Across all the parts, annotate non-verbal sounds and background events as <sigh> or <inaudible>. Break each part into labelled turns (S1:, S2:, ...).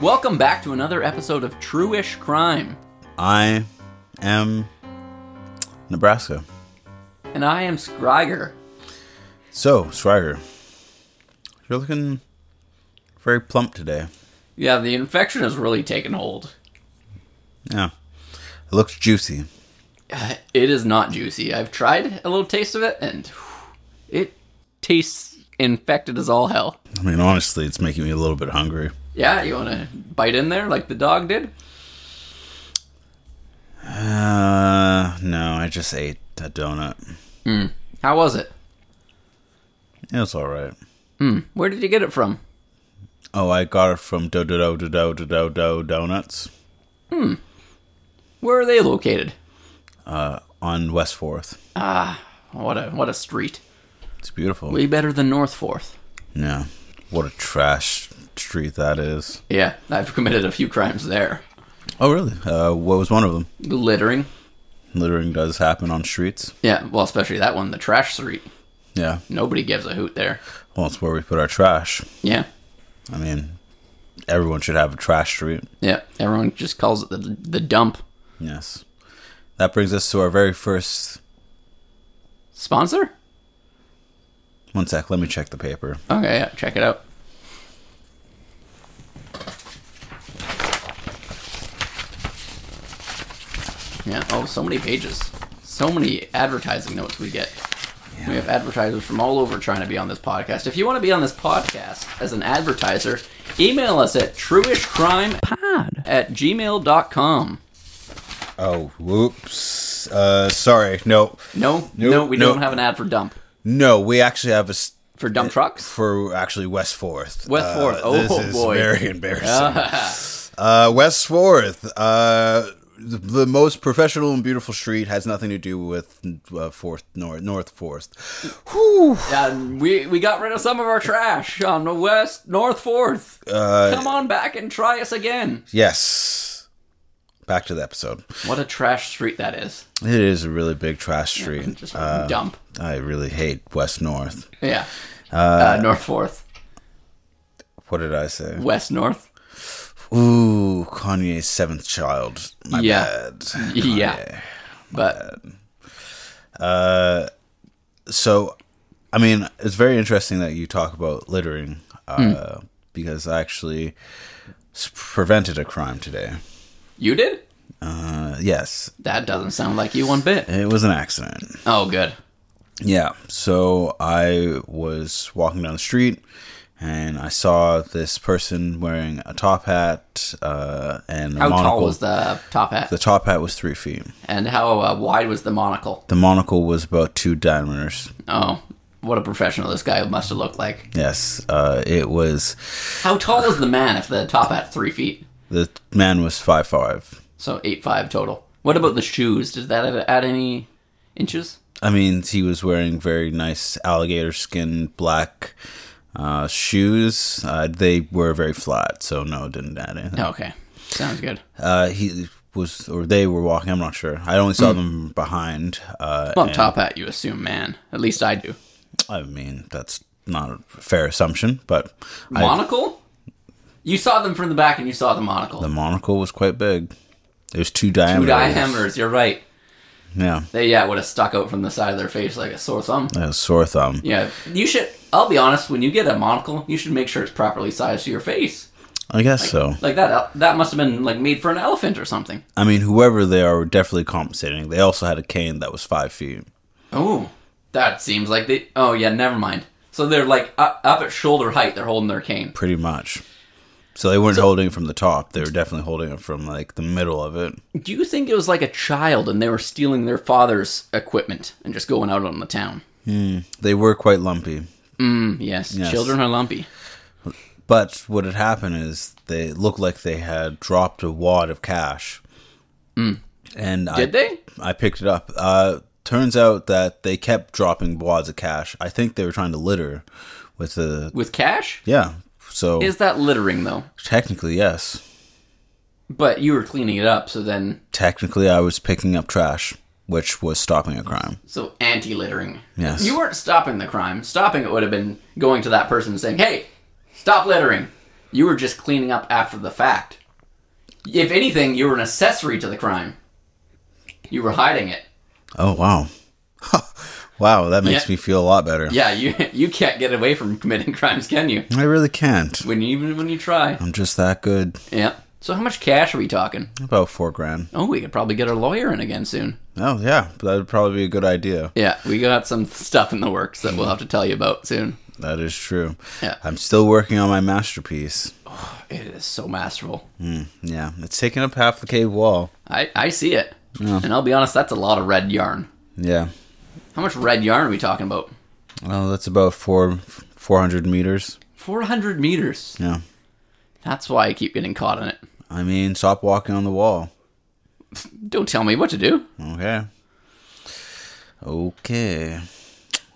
S1: Welcome back to another episode of Truish Crime,
S2: I am Nebraska.
S1: and I am Scryger.
S2: So, Schreiger, you're looking very plump today.
S1: Yeah, the infection has really taken hold. <sighs>
S2: Yeah. It looks juicy.
S1: Uh, It is not juicy. I've tried a little taste of it, and <sighs> whew, it tastes infected as all hell.
S2: I mean, honestly, it's making me a little bit hungry.
S1: Yeah, you want to bite in there like the dog did?
S2: Uh, no, I just ate a donut.
S1: How was it?
S2: It was alright.
S1: Where did you get it from?
S2: Oh, I got it from Do Do Do Do Do Do Do Do Donuts
S1: Where are they located?
S2: on West Fourth.
S1: What a what a street.
S2: It's beautiful.
S1: Way better than North Fourth.
S2: Yeah. What a trash street that is.
S1: Yeah, I've committed a few crimes there.
S2: Oh, really? Uh, what was one of them?
S1: Littering.
S2: Littering does happen on streets.
S1: Yeah, well, especially that one, the trash street.
S2: Yeah.
S1: Nobody gives a hoot there.
S2: Well, it's where we put our trash.
S1: Yeah,
S2: I mean, everyone should have a trash street.
S1: yeah. Everyone just calls it the the dump.
S2: Yes. That brings us to our very first.
S1: Sponsor?
S2: One sec, let me check the paper.
S1: Okay, yeah, check it out. Yeah, oh, so many pages. So many advertising notes we get. We have advertisers from all over trying to be on this podcast. If you want to be on this podcast as an advertiser, email us at truishcrimepod at gmail.com.
S2: Oh, whoops. Uh, sorry. No.
S1: No,
S2: Nope,
S1: no, we
S2: nope. Uh,
S1: don't have an ad for dump.
S2: No, we actually have a. s-
S1: For dump trucks?
S2: For actually West Fourth.
S1: West Forth.
S2: Uh,
S1: Oh,
S2: this is
S1: boy.
S2: Very embarrassing.
S1: <laughs>
S2: Uh, West Fourth. Uh, the, the most professional and beautiful street has nothing to do with uh, Fourth North North Fourth. Whew.
S1: And we we got rid of some of our trash on the west north fourth. Uh, Come on back and try us again.
S2: Yes. Back to the episode.
S1: What a trash street that is.
S2: It is a really big trash street.
S1: Just dump.
S2: I really hate West North.
S1: Yeah. Uh, north fourth,
S2: What did I say?
S1: west north.
S2: Ooh, Kanye's seventh child. My
S1: Yeah.
S2: bad.
S1: oh, <laughs> Yeah. But
S2: So, I mean, it's very interesting that you talk about littering uh,
S1: Hmm.
S2: because I actually s- prevented a crime today.
S1: you did?
S2: Uh, yes,
S1: That doesn't sound like you one bit.
S2: it was an accident.
S1: Oh, good.
S2: Yeah. So I was walking down the street and I saw this person wearing a top hat uh, and a
S1: How
S2: monocle.
S1: tall was the top hat?
S2: The top hat was three feet.
S1: and how uh, wide was the monocle?
S2: The monocle was about two diameters.
S1: Oh, what a professional this guy must have looked like.
S2: Yes, uh, it was.
S1: How tall is the man if the top hat's three feet?
S2: The man was five five.
S1: So eight five total. What about the shoes? Did that add- add any inches?
S2: I mean, he was wearing very nice alligator skin black uh, shoes. Uh, they were very flat, so no, it didn't add anything.
S1: Okay, sounds good.
S2: Oh, Uh, he was, or they were walking. I'm not sure. I only saw them behind. Uh,
S1: Well, top hat, you assume man. At least I do.
S2: I mean, that's not a fair assumption, but I,
S1: Monocle? You saw them from the back, and you saw the monocle.
S2: the monocle was quite big. It was two
S1: Two
S2: diameters.
S1: diameters. You're right.
S2: Yeah,
S1: They yeah would have stuck out from the side of their face like a sore thumb.
S2: that was sore thumb.
S1: Yeah, you should. I'll be honest. When you get a monocle, you should make sure it's properly sized to your face.
S2: I guess so.
S1: Like that. el- That must have been like made for an elephant or something.
S2: I mean, whoever they are were definitely compensating. They also had a cane that was five feet.
S1: Oh, that seems like they. Oh yeah, never mind. So they're like up, up at shoulder height. They're holding their cane.
S2: pretty much. So they weren't holding it from the top. They were definitely holding it from like the middle of it.
S1: Do you think it was like a child and they were stealing their father's equipment and just going out on the town? Hmm,
S2: They were quite lumpy.
S1: Yes,
S2: Yes.
S1: children are lumpy.
S2: But what had happened is they looked like they had dropped a wad of cash. And I,
S1: Hmm. Did they?
S2: I picked it up. Uh, turns out that they kept dropping wads of cash. I think they were trying to litter with the
S1: With cash?
S2: yeah. So
S1: Is that littering though?
S2: technically yes.
S1: But you were cleaning it up, so then
S2: Technically, I was picking up trash, which was stopping a crime.
S1: so anti-littering.
S2: Yes.
S1: You weren't stopping the crime. Stopping it would have been going to that person and saying, "Hey, stop littering." You were just cleaning up after the fact. If anything, you were an accessory to the crime. You were hiding it.
S2: Oh wow, <laughs> wow, that makes
S1: Yeah.
S2: me feel a lot better.
S1: Yeah, you <laughs> you can't get away from committing crimes, can you?
S2: I really can't.
S1: When you, even when you try.
S2: I'm just that good.
S1: Yeah. So how much cash are we talking?
S2: About four grand.
S1: Oh, we could probably get our lawyer in again soon.
S2: Oh yeah, that would probably be a good idea.
S1: Yeah, we got some stuff in the works that we'll have to tell you about soon.
S2: That is true.
S1: Yeah.
S2: I'm still working on my masterpiece.
S1: It is so masterful.
S2: Yeah, it's taking up half the cave wall.
S1: I, I see it. And I'll be honest, that's a lot of red yarn.
S2: Yeah.
S1: How much red yarn are we talking about?
S2: Well, that's about four, four hundred meters.
S1: 400 meters.
S2: Yeah.
S1: That's why I keep getting caught in it.
S2: I mean, stop walking on the wall.
S1: Don't tell me what to do.
S2: Okay. Okay.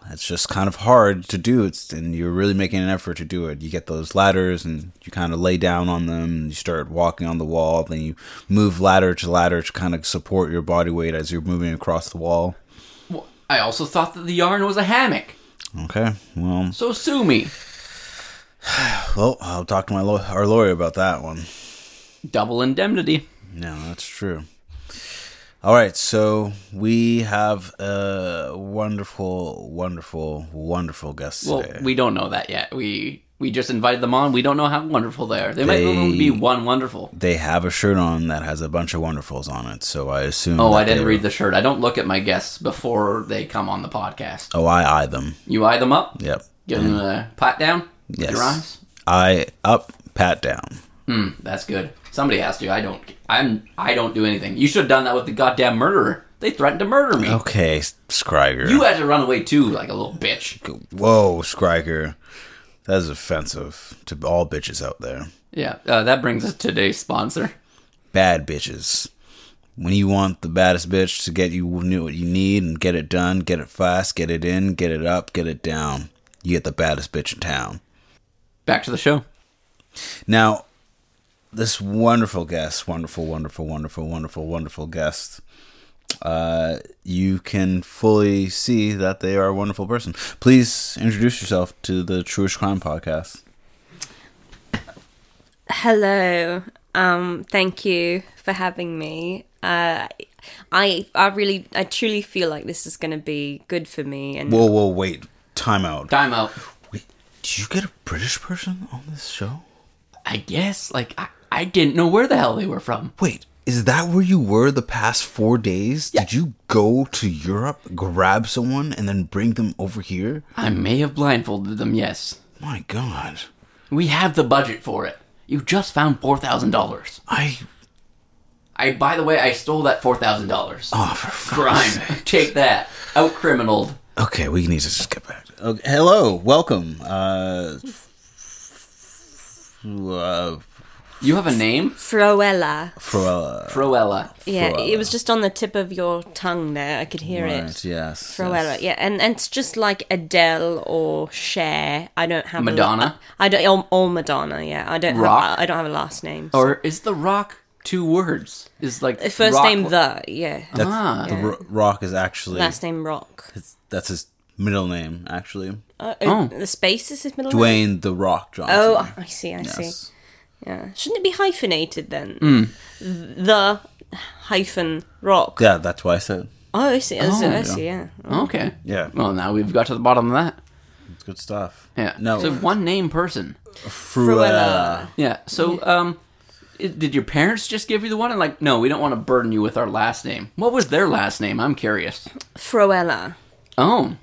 S2: That's just kind of hard to do. It's and you're really making an effort to do it. You get those ladders and you kind of lay down on them. And you start walking on the wall. Then you move ladder to ladder to kind of support your body weight as you're moving across the wall.
S1: Well, I also thought that the yarn was a hammock.
S2: Okay. Well,
S1: So sue me.
S2: well, I'll talk to my law- our lawyer about that one.
S1: Double indemnity.
S2: No, that's true. All right, so we have a wonderful, wonderful, wonderful guest
S1: Well,
S2: today.
S1: we don't know that yet. We we just invited them on. We don't know how wonderful they are. They, might only be one wonderful.
S2: they have a shirt on that has a bunch of wonderfuls on it. So I assume.
S1: Oh,
S2: that
S1: I didn't
S2: they
S1: read the shirt. I don't look at my guests before they come on the podcast.
S2: were- Oh, I eye them.
S1: You eye them up,
S2: Yep.
S1: give them a pat down. with
S2: Mm. Yes.
S1: Your eyes.
S2: I up, pat down.
S1: Mm, that's good. Somebody has to. I don't. I'm. I don't do anything. You should have done that with the goddamn murderer. They threatened to murder me.
S2: Okay, Scriger.
S1: You had to run away too, like a little bitch.
S2: Whoa, Scriger. That is offensive to all bitches out there.
S1: Yeah, uh, that brings us to today's sponsor.
S2: Bad bitches. When you want the baddest bitch to get you knew what you need and get it done, get it fast, get it in, get it up, get it down, you get the baddest bitch in town.
S1: Back to the show.
S2: Now, this wonderful guest, wonderful, wonderful, wonderful, wonderful, wonderful guest, uh, you can fully see that they are a wonderful person. Please introduce yourself to the Truish Crime Podcast.
S3: Hello. Um, thank you for having me. Uh, I I really I truly feel like this is going to be good for me and
S2: Whoa, whoa, wait. Time out.
S1: Time out.
S2: Wait, did you get a British person on this show?
S1: I guess. Like I, I didn't know where the hell they were from.
S2: Wait, is that where you were the past four days? Did you go to Europe, grab someone, and then bring them over here?
S1: I may have blindfolded them. Yes,
S2: My god.
S1: we have the budget for it. You just found four thousand dollars.
S2: I.
S1: I. By the way, I stole that four thousand dollars. <laughs>
S2: Oh, for fuck's
S1: Crime.
S2: sake.
S1: Take that. Out criminaled.
S2: Okay, we need to just get back. Okay, hello, welcome. Uh, uh,
S1: You have a name,
S3: Froella.
S2: Froella.
S1: Proella.
S3: Yeah,
S2: Froella.
S3: it was just on the tip of your tongue there. I could hear
S2: Right,
S3: it.
S2: yes.
S3: Froella.
S2: yes.
S3: Yeah, and, and it's just like Adele or Cher. I don't have
S1: Madonna?
S3: A, I don't or, or Madonna. Yeah, I don't
S1: Rock?
S3: have I don't have a last name.
S2: Oh,
S1: Or is the rock two words? Is like
S3: First
S1: rock-
S3: name the yeah.
S2: That's,
S1: Ah.
S2: The Ro- Rock is actually.
S3: Last name Rock.
S2: it's- that's his middle name, actually.
S3: Uh,
S1: Oh.
S3: The space is his middle name.
S2: Dwayne The Rock Johnson.
S3: Oh, I see. I see.
S2: yes.
S3: Yeah. Shouldn't it be hyphenated then?
S1: Hmm.
S3: The hyphen rock.
S2: Yeah, that's why I said.
S3: Oh, I see. I see.
S1: Oh,
S3: I see yeah.
S1: Okay.
S2: Yeah.
S1: Well, now we've got to the bottom of that.
S2: It's good stuff.
S1: Yeah.
S2: No.
S1: So one name person.
S2: Fruella.
S1: Yeah. So um, i- did your parents just give you the one? And like, no, we don't want to burden you with our last name. What was their last name? I'm curious.
S3: Froella.
S1: Oh.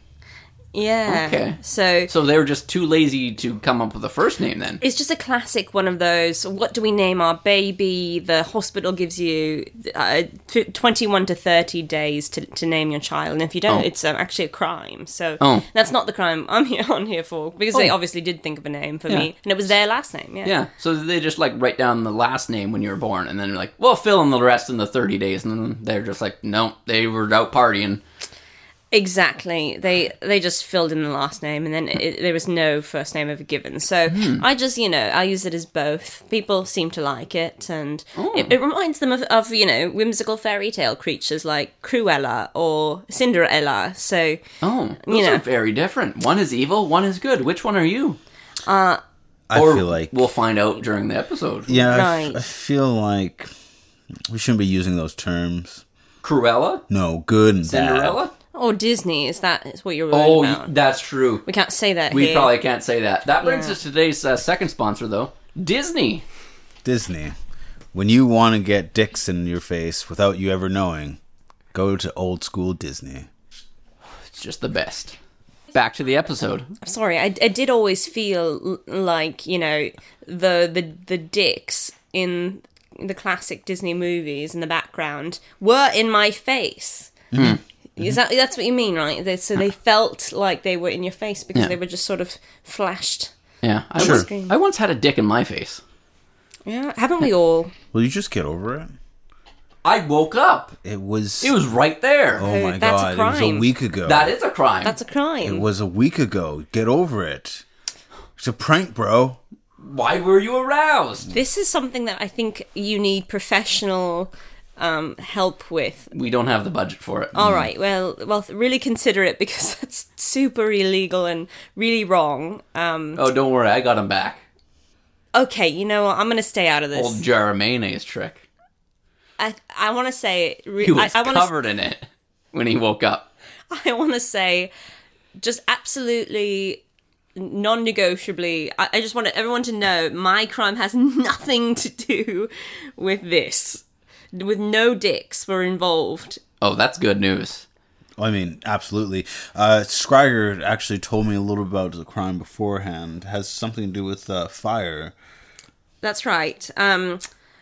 S3: Yeah.
S1: Okay.
S3: So,
S1: So they were just too lazy to come up with a first name then.
S3: it's just a classic one of those. What do we name our baby? The hospital gives you uh, tw- 21 to 30 days to, to name your child. And if you don't,
S1: Oh.
S3: it's um, actually a crime. So
S1: Oh.
S3: that's not the crime I'm <laughs> here on here for. Because they
S1: Oh.
S3: obviously did think of a name for
S1: Yeah.
S3: me. And it was their last name. Yeah.
S1: Yeah. So they just like write down the last name when you were born, and then like, well, fill in the rest in the 30 days, and then they're just like, no, they were out partying.
S3: Exactly. They they just filled in the last name, and then it, there was no first name ever given. So
S1: Hmm.
S3: I just you know I use it as both. People seem to like it, and
S1: Oh.
S3: it, it reminds them of, of you know whimsical fairy tale creatures like Cruella or Cinderella. So
S1: Oh, those
S3: Yeah.
S1: are very different. One is evil, one is good. Which one are you?
S2: I
S1: or
S2: feel like
S1: we'll find out during the episode.
S2: yeah, I f-
S3: Right.
S2: I feel like we shouldn't be using those terms.
S1: Cruella,
S2: No, good and bad.
S1: Cinderella.
S3: Or Disney, is that is what you're worried
S1: Oh, y-
S3: about?
S1: that's true.
S3: we can't say that
S1: We
S3: here.
S1: probably can't say that. That brings
S3: Yeah.
S1: us to today's uh, second sponsor, though Disney.
S2: Disney. When you want to get dicks in your face without you ever knowing, go to old school Disney.
S1: It's just the best. Back to the episode.
S3: Sorry, I, I did always feel l- like you know the the the dicks in the classic Disney movies in the background were in my face. Is that that's what you mean, right? They, so they felt like they were in your face because
S1: Yeah.
S3: they were just sort of flashed.
S1: Yeah, I
S3: Sure.
S1: once, I once had a dick in my face.
S3: Yeah, haven't we all?
S2: Will you just get over it?
S1: I woke up.
S2: It was.
S1: It was right there.
S2: Oh my
S3: That's a
S2: god! It was a
S3: crime.
S2: week ago.
S1: That is a crime.
S3: That's a crime.
S2: It was a week ago. Get over it. It's a prank, bro.
S1: Why were you aroused?
S3: this is something that I think you need professional um, help with.
S1: We don't have the budget for it.
S3: All right, well, well, really consider it because <laughs> that's super illegal and really wrong. Um,
S1: Oh, don't worry. I got him back.
S3: okay, you know what? I'm going to stay out of this.
S1: Old jar of mayonnaise trick.
S3: I I want to say re-
S1: He was
S3: I, I want to
S1: covered in it when he woke up.
S3: <laughs> I want to say just absolutely non-negotiably. I, I just want everyone to know my crime has <laughs> nothing to do with this. With no dicks were involved.
S1: Oh, that's good news.
S2: I mean, absolutely. Uh, Scryger actually told me a little about the crime beforehand. It has something to do with uh, fire.
S3: That's right. Um,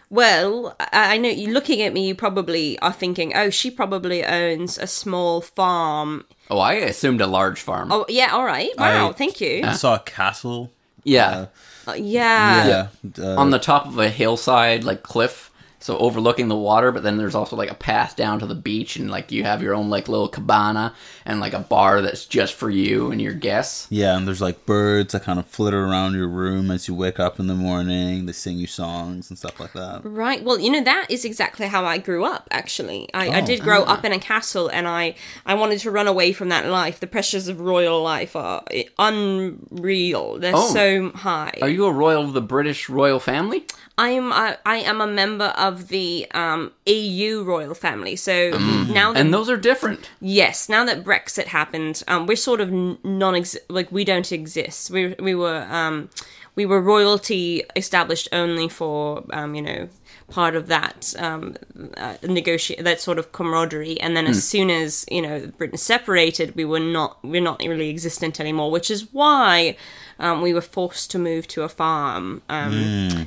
S3: well, I, I know you looking at me. You probably are thinking, "Oh, she probably owns a small farm."
S1: Oh, I assumed a large farm.
S3: Oh, yeah. All right. Wow.
S2: I-
S3: thank you.
S1: uh,
S2: I saw a castle.
S1: yeah.
S3: Uh, yeah.
S2: Uh,
S1: On the top of a hillside, like cliff, so overlooking the water, but then there's also like a path down to the beach, and like you have your own like little cabana and like a bar that's just for you and your guests.
S2: yeah, and there's like birds that kind of flitter around your room as you wake up in the morning. They sing you songs and stuff like that.
S3: Right. Well, you know that is exactly how I grew up. Actually, I,
S1: Oh,
S3: I did grow
S1: ah.
S3: up in a castle, and I I wanted to run away from that life. The pressures of royal life are eh, unreal. They're
S1: Oh.
S3: so high.
S1: Are you a royal of the British royal family?
S3: I'm I, I am a member of the um, EU royal family. So now
S1: Mm.
S3: that
S1: And those are different.
S3: Yes, now that Brexit happened, um, we're sort of n- non exi like we don't exist. We we were um, we were royalty established only for um, you know part of that um, uh, negotiate that sort of camaraderie, and then as soon as you know Britain separated, we were not we're not really existent anymore, which is why. Um, we were forced to move to a farm, um,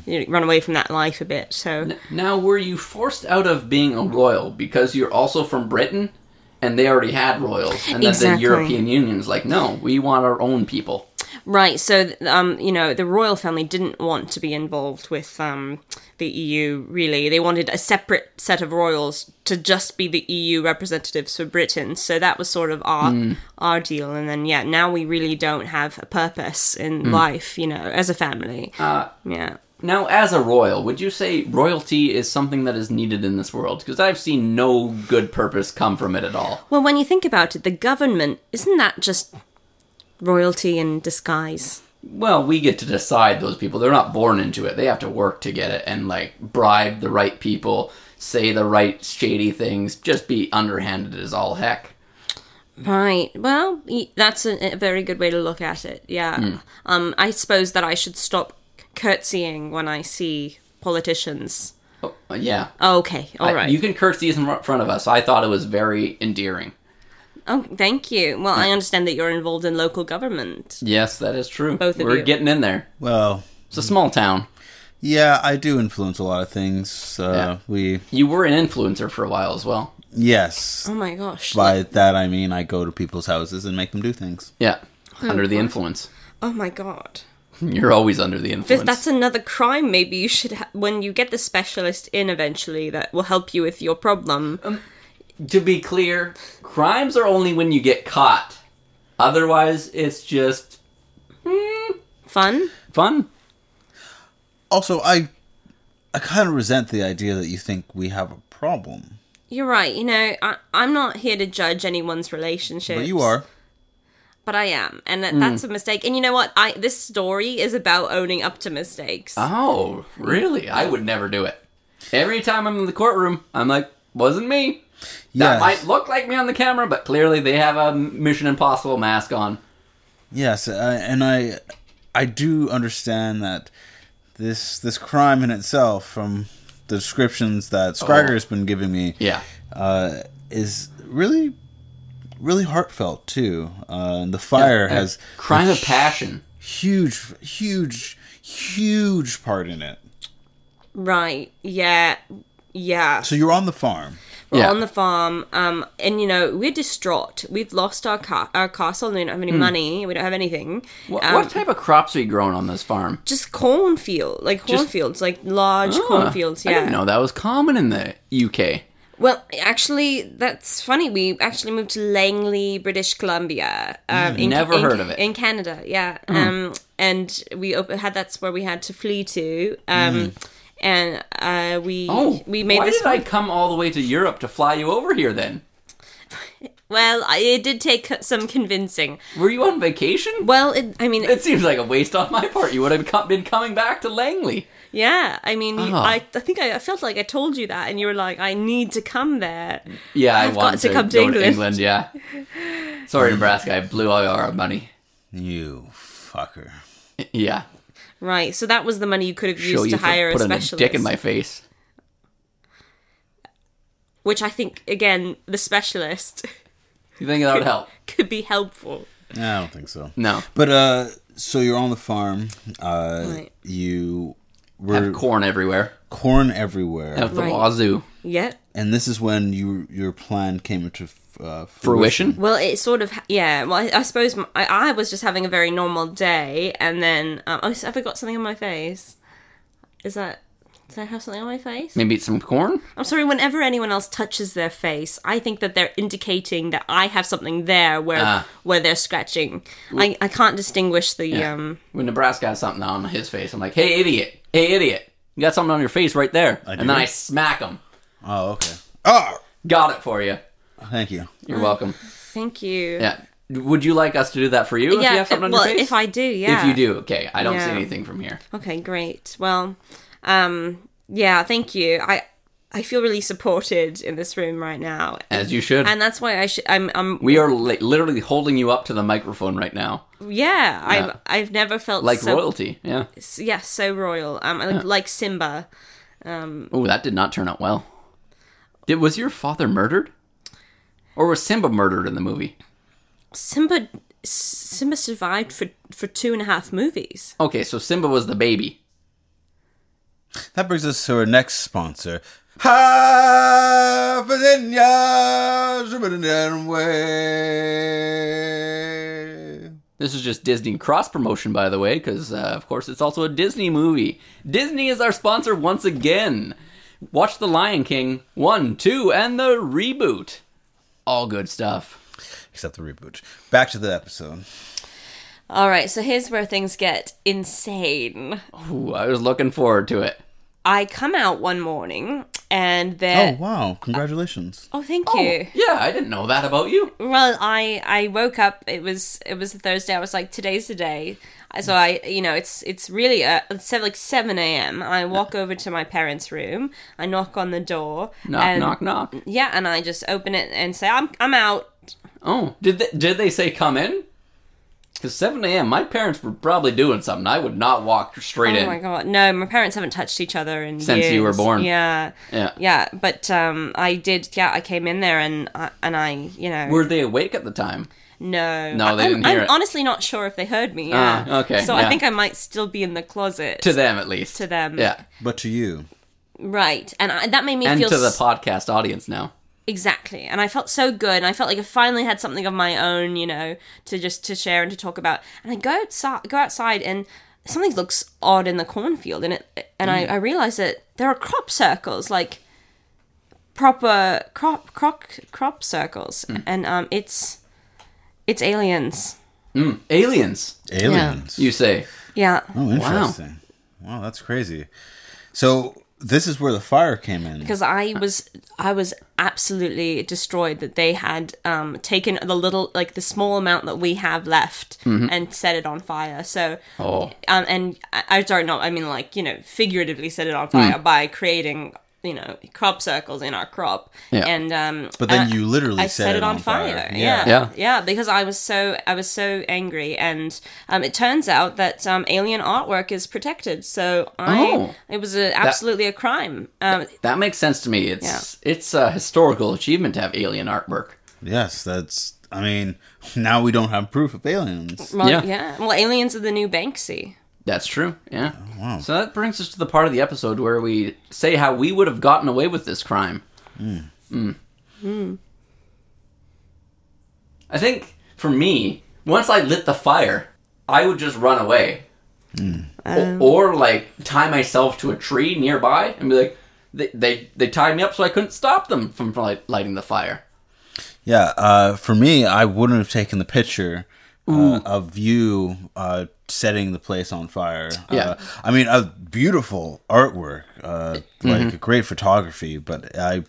S3: you know, run away from that life a bit. So
S1: Now, were you forced out of being a royal because you're also from Britain and they already had royals? And then the
S3: Exactly.
S1: European Union's like, no, we want our own people.
S3: Right. So, th- um, you know, the royal family didn't want to be involved with um, the EU, really. They wanted a separate set of royals to just be the EU representatives for Britain. So that was sort of our our deal. And then, yeah, now we really don't have a purpose in life, you know, as a family. yeah.
S1: Now, as a royal, would you say royalty is something that is needed in this world? Because I've seen no good purpose come from it at all.
S3: Well, when you think about it, the government isn't that just royalty in disguise?
S1: Well, we get to decide those people. They're not born into it. They have to work to get it and, like, bribe the right people, say the right shady things, just be underhanded as all heck.
S3: Right. Well, y- that's a, a very good way to look at it. Yeah.
S1: Hmm.
S3: Um, I suppose that I should stop curtsying when I see politicians.
S1: Oh, yeah.
S3: Okay. All
S1: I-
S3: right.
S1: You can curse these in front of us. I thought it was very endearing.
S3: oh, thank you. Well, I understand that you're involved in local government.
S1: Yes, that is true.
S3: Both of
S1: We're
S3: you.
S1: getting in there.
S2: Well,
S1: It's a small town.
S2: yeah, I do influence a lot of things. Uh,
S1: Yeah.
S2: We
S1: You were an influencer for a while as well.
S2: yes,
S3: Oh my gosh.
S2: by that I mean I go to people's houses and make them do things.
S1: Yeah. Under the influence. <laughs>
S3: Oh my god.
S1: You're always under the
S3: Th-
S1: influence.
S3: that's another crime. Maybe you should, ha- when you get the specialist in eventually, that will help you with your problem.
S1: Um, to be clear, crimes are only when you get caught. Otherwise, it's just
S3: Fun.
S1: fun.
S2: Also, I I kind of resent the idea that you think we have a problem,
S3: You're right. You know, I, I'm not here to judge anyone's relationship.
S2: but you are.
S3: but I am, and that,
S1: Mm.
S3: that's a mistake. And you know what? I this story is about owning up to mistakes.
S1: Oh, really? I would never do it. Every time I'm in the courtroom, I'm like, wasn't me. That
S2: Yes.
S1: might look like me on the camera, but clearly they have a Mission Impossible mask on.
S2: Yes, I, and I, I do understand that this this crime in itself, from the descriptions that Scragger
S1: Oh.
S2: has been giving me,
S1: Yeah.
S2: uh, is really, really heartfelt too. Uh, and the fire has
S1: Crime of passion.
S2: huge, huge, huge part in it.
S3: Right? Yeah, yeah.
S2: So you're on the farm.
S3: We're
S1: Yeah.
S3: on the farm, um, and you know we're distraught. We've lost our car, our castle, and we don't have any money. We don't have anything.
S1: What,
S3: Um,
S1: Mm. what type of crops are you growing on this farm?
S3: Just cornfield, like cornfields, like large cornfields.
S1: Huh.
S3: Yeah.
S1: Ah. I didn't know that was common in the UK.
S3: Well, actually, that's funny. We actually moved to Langley, British Columbia. Um, in,
S1: Mm, Never
S3: in-
S1: heard of it. Hmm.
S3: In Canada, yeah. Um, and we op- had that's where we had to flee to. Um, And uh, we
S1: Hmm. Oh,
S3: we made
S1: why
S3: this.
S1: did I
S3: one-
S1: come all the way to Europe to fly you over here then?
S3: well, I, it did take some convincing.
S1: Were you on vacation?
S3: Well, it, I mean,
S1: It seems like a waste on my part. You would have co- been coming back to Langley.
S3: yeah. I mean, you-
S1: Oh.
S3: I, I think I, I felt like I told you that, and you were like, "I need to come there."
S1: Yeah, I
S3: I've got
S1: wanted
S3: to come to
S1: go
S3: England.
S1: to England. Yeah. Sorry, Nebraska. I blew all our money. <laughs>
S2: You fucker.
S1: Yeah.
S3: Right. So that was the money you could have
S1: Show
S3: used
S1: you
S3: to
S1: for
S3: hire a
S1: putting
S3: specialist.
S1: a dick in my face.
S3: Which I think, again, the specialist <laughs>
S1: You think that would help?
S3: could be helpful.
S2: I don't think so.
S1: No.
S2: But uh, so you're on the farm. Uh,
S3: Right.
S2: you
S1: Have
S2: were
S1: corn everywhere.
S2: corn everywhere.
S1: Out the
S3: Right.
S1: wazoo.
S3: Yeah.
S2: and this is when you, your plan came into uh,
S1: Fruition.
S3: Well, it sort of yeah. Well, I, I suppose m I I I was just having a very normal day, and then um, oh, I forgot something on my face. Is that? Did I have something on my face?
S1: Maybe eat some corn.
S3: I'm sorry. Whenever anyone else touches their face, I think that they're indicating that I have something there where
S1: Ah.
S3: where they're scratching. I, I can't distinguish the um.
S1: When Nebraska has something on his face, I'm like, "Hey, idiot! Hey, idiot! You got something on your face right there!" and then
S2: do?
S1: I smack him.
S2: Oh, okay. Oh,
S1: Got it for you.
S2: thank you.
S1: You're
S3: Mm.
S1: welcome.
S3: Thank you.
S1: Yeah. Would you like us to do that for you if you
S3: Yeah,
S1: have something on
S3: well,
S1: your face?
S3: if I do, yeah.
S1: If you do, okay. I don't see
S3: Yeah.
S1: anything from here.
S3: Okay, great. Well, um, yeah, thank you. I I feel really supported in this room right now,
S1: As you should.
S3: and that's why I should. I'm. I'm.
S1: we are li- literally holding you up to the microphone right now,
S3: yeah, I've. I've never felt
S1: like
S3: so,
S1: royalty. Yeah.
S3: s- Yeah, so royal. Um, like, like Simba.
S1: Oh, that did not turn out well. Did was your father murdered, or was Simba murdered in the movie?
S3: Simba. S- Simba survived for for two and a half movies.
S1: Okay, so Simba was the baby.
S2: That brings us to our next sponsor. Ha Virginia Zubidin Way.
S1: This is just Disney cross promotion, by the way, because uh, of course it's also a Disney movie. Disney is our sponsor once again. Watch The Lion King one, two, and the reboot. All good stuff.
S2: Except the reboot. Back to the episode.
S3: All right, so here's where things get insane.
S1: Ooh, I was looking forward to it.
S3: I come out one morning and there.
S2: oh wow! Congratulations.
S3: Oh, thank
S1: Oh,
S3: you.
S1: yeah, I didn't know that about you.
S3: Well, I I woke up. It was it was a Thursday. I was like, today's the day. So I, you know, it's it's really uh, it's sev- like seven a.m. I walk over to my parents' room. I knock on the door.
S1: Knock,
S3: and,
S1: knock, knock.
S3: Yeah, and I just open it and say, I'm I'm out.
S1: Oh, did they, did they say come in? Because 7 a.m., my parents were probably doing something. I would not walk straight
S3: Oh
S1: in.
S3: my god, no, my parents haven't touched each other in
S1: Since you were
S3: years.
S1: born.
S3: Yeah,
S1: Yeah.
S3: yeah, but um, I did. Yeah, I came in there and I, and I, you know,
S1: Were they awake at the time?
S3: no,
S1: No, they
S3: I'm,
S1: didn't hear
S3: I'm
S1: it.
S3: honestly not sure if they heard me. Yeah.
S1: Ah, okay,
S3: So
S1: yeah.
S3: I think I might still be in the closet.
S1: To them, at least.
S3: To them.
S1: Yeah.
S2: But to you,
S3: Right, and I, that made me
S1: And
S3: feel
S1: to the
S3: s-
S1: podcast audience now.
S3: exactly, and I felt so good, and I felt like I finally had something of my own, you know, to just to share and to talk about. And I go outside, go outside, and something looks odd in the cornfield, and it, and I, I realized that there are crop circles, like proper crop crop crop circles, and um, it's it's aliens.
S1: Aliens,
S2: aliens.
S1: you say.
S3: Yeah,
S2: Oh, interesting. Wow, that's crazy. So This is where the fire came in.
S3: because I was I was absolutely destroyed that they had um, taken the little like the small amount that we have left and set it on fire. So
S1: Mm-hmm. Oh.
S3: um, and I, I sorry no I mean like you know figuratively set it on fire
S1: Mm.
S3: by creating you know crop circles in our crop
S1: Yeah.
S3: and um
S2: But then
S3: uh,
S2: you literally
S3: I
S2: set,
S3: set it on fire. Yeah.
S1: Yeah.
S3: yeah, because I was so I was so angry, and um, it turns out that um, alien artwork is protected. So I
S1: Oh.
S3: it was a, absolutely a crime. Um,
S1: That makes sense to me. It's it's a historical achievement to have alien artwork.
S2: Yes, that's. I mean, <laughs> now we don't have proof of aliens.
S3: well,
S1: Yeah.
S3: yeah. Well, aliens are the new Banksy.
S1: That's true. Yeah. So that brings us to the part of the episode where we say how we would have gotten away with this crime. Hmm. Mm. I think for me, once I lit the fire, I would just run away. O- Or, like tie myself to a tree nearby and be like, they, they they tied me up so I couldn't stop them from like, lighting the fire.
S2: Yeah, uh, for me, I wouldn't have taken the picture uh, of you uh, setting the place on fire.
S1: Yeah.
S2: Uh, I mean, a beautiful artwork, uh, like great photography, but I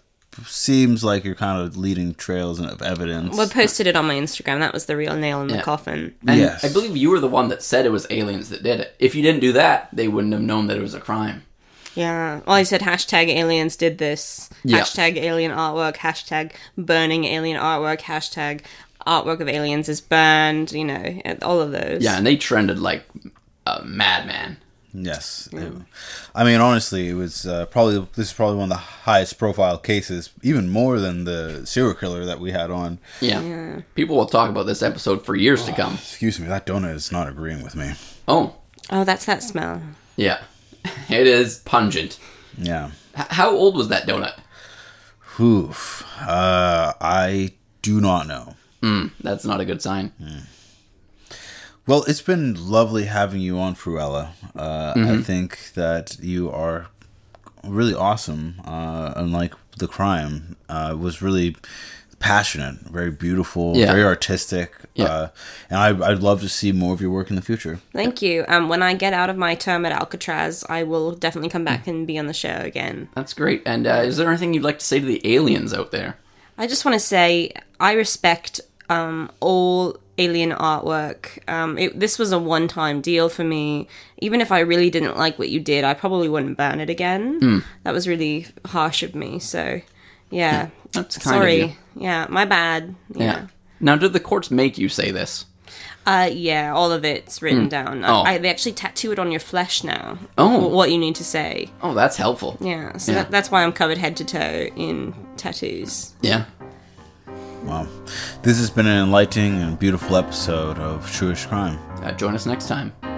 S2: seems like you're kind of leading trails of evidence.
S3: Well, I posted it on my Instagram. That was the real nail in the
S1: Yeah.
S3: coffin.
S1: And
S2: Yes.
S1: I believe you were the one that said it was aliens that did it. If you didn't do that, they wouldn't have known that it was a crime.
S3: Yeah. Well, I said hashtag aliens did this.
S1: Yeah.
S3: Hashtag alien artwork. Hashtag burning alien artwork. Hashtag artwork of aliens is burned. You know, and all of those.
S1: Yeah, and they trended like a madman.
S2: Yes. it- I mean, honestly, it was uh, probably this is probably one of the highest profile cases, even more than the serial killer that we had on.
S1: Yeah. People will talk about this episode for years to come.
S2: Excuse me, that donut is not agreeing with me.
S1: Oh,
S3: Oh, that's that smell.
S1: yeah. <laughs> It is pungent.
S2: Yeah.
S1: H- how old was that donut?
S2: Oof. Uh, I do not know.
S1: That's not a good sign.
S2: Well, it's been lovely having you on, Fruella. Uh, I
S1: Mm-hmm.
S2: think that you are really awesome. Uh, unlike the crime, uh, it was really passionate, very beautiful,
S1: Yeah.
S2: very artistic.
S1: Yeah.
S2: Uh, and I, I'd love to see more of your work in the future.
S3: Thank you. Um, when I get out of my term at Alcatraz, I will definitely come back and be on the show again.
S1: That's great. And uh, is there anything you'd like to say to the aliens out there?
S3: I just want to say I respect um, all alien artwork. Um, it, this was a one time deal for me. Even if I really didn't like what you did, I probably wouldn't burn it again.
S1: Hmm.
S3: That was really harsh of me. So, yeah.
S1: That's kind of
S3: Sorry.
S1: you.
S3: Yeah, my bad. Yeah. yeah.
S1: Now, did the courts make you say this?
S3: Uh, yeah, all of it's written down. I,
S1: Oh.
S3: I, they actually tattoo it on your flesh now.
S1: Oh.
S3: wh- What you need to say.
S1: Oh, that's helpful.
S3: Yeah, so
S1: Yeah.
S3: That, that's why I'm covered head to toe in tattoos.
S1: Yeah.
S2: Wow. This has been an enlightening and beautiful episode of Truish Crime.
S1: Uh, join us next time.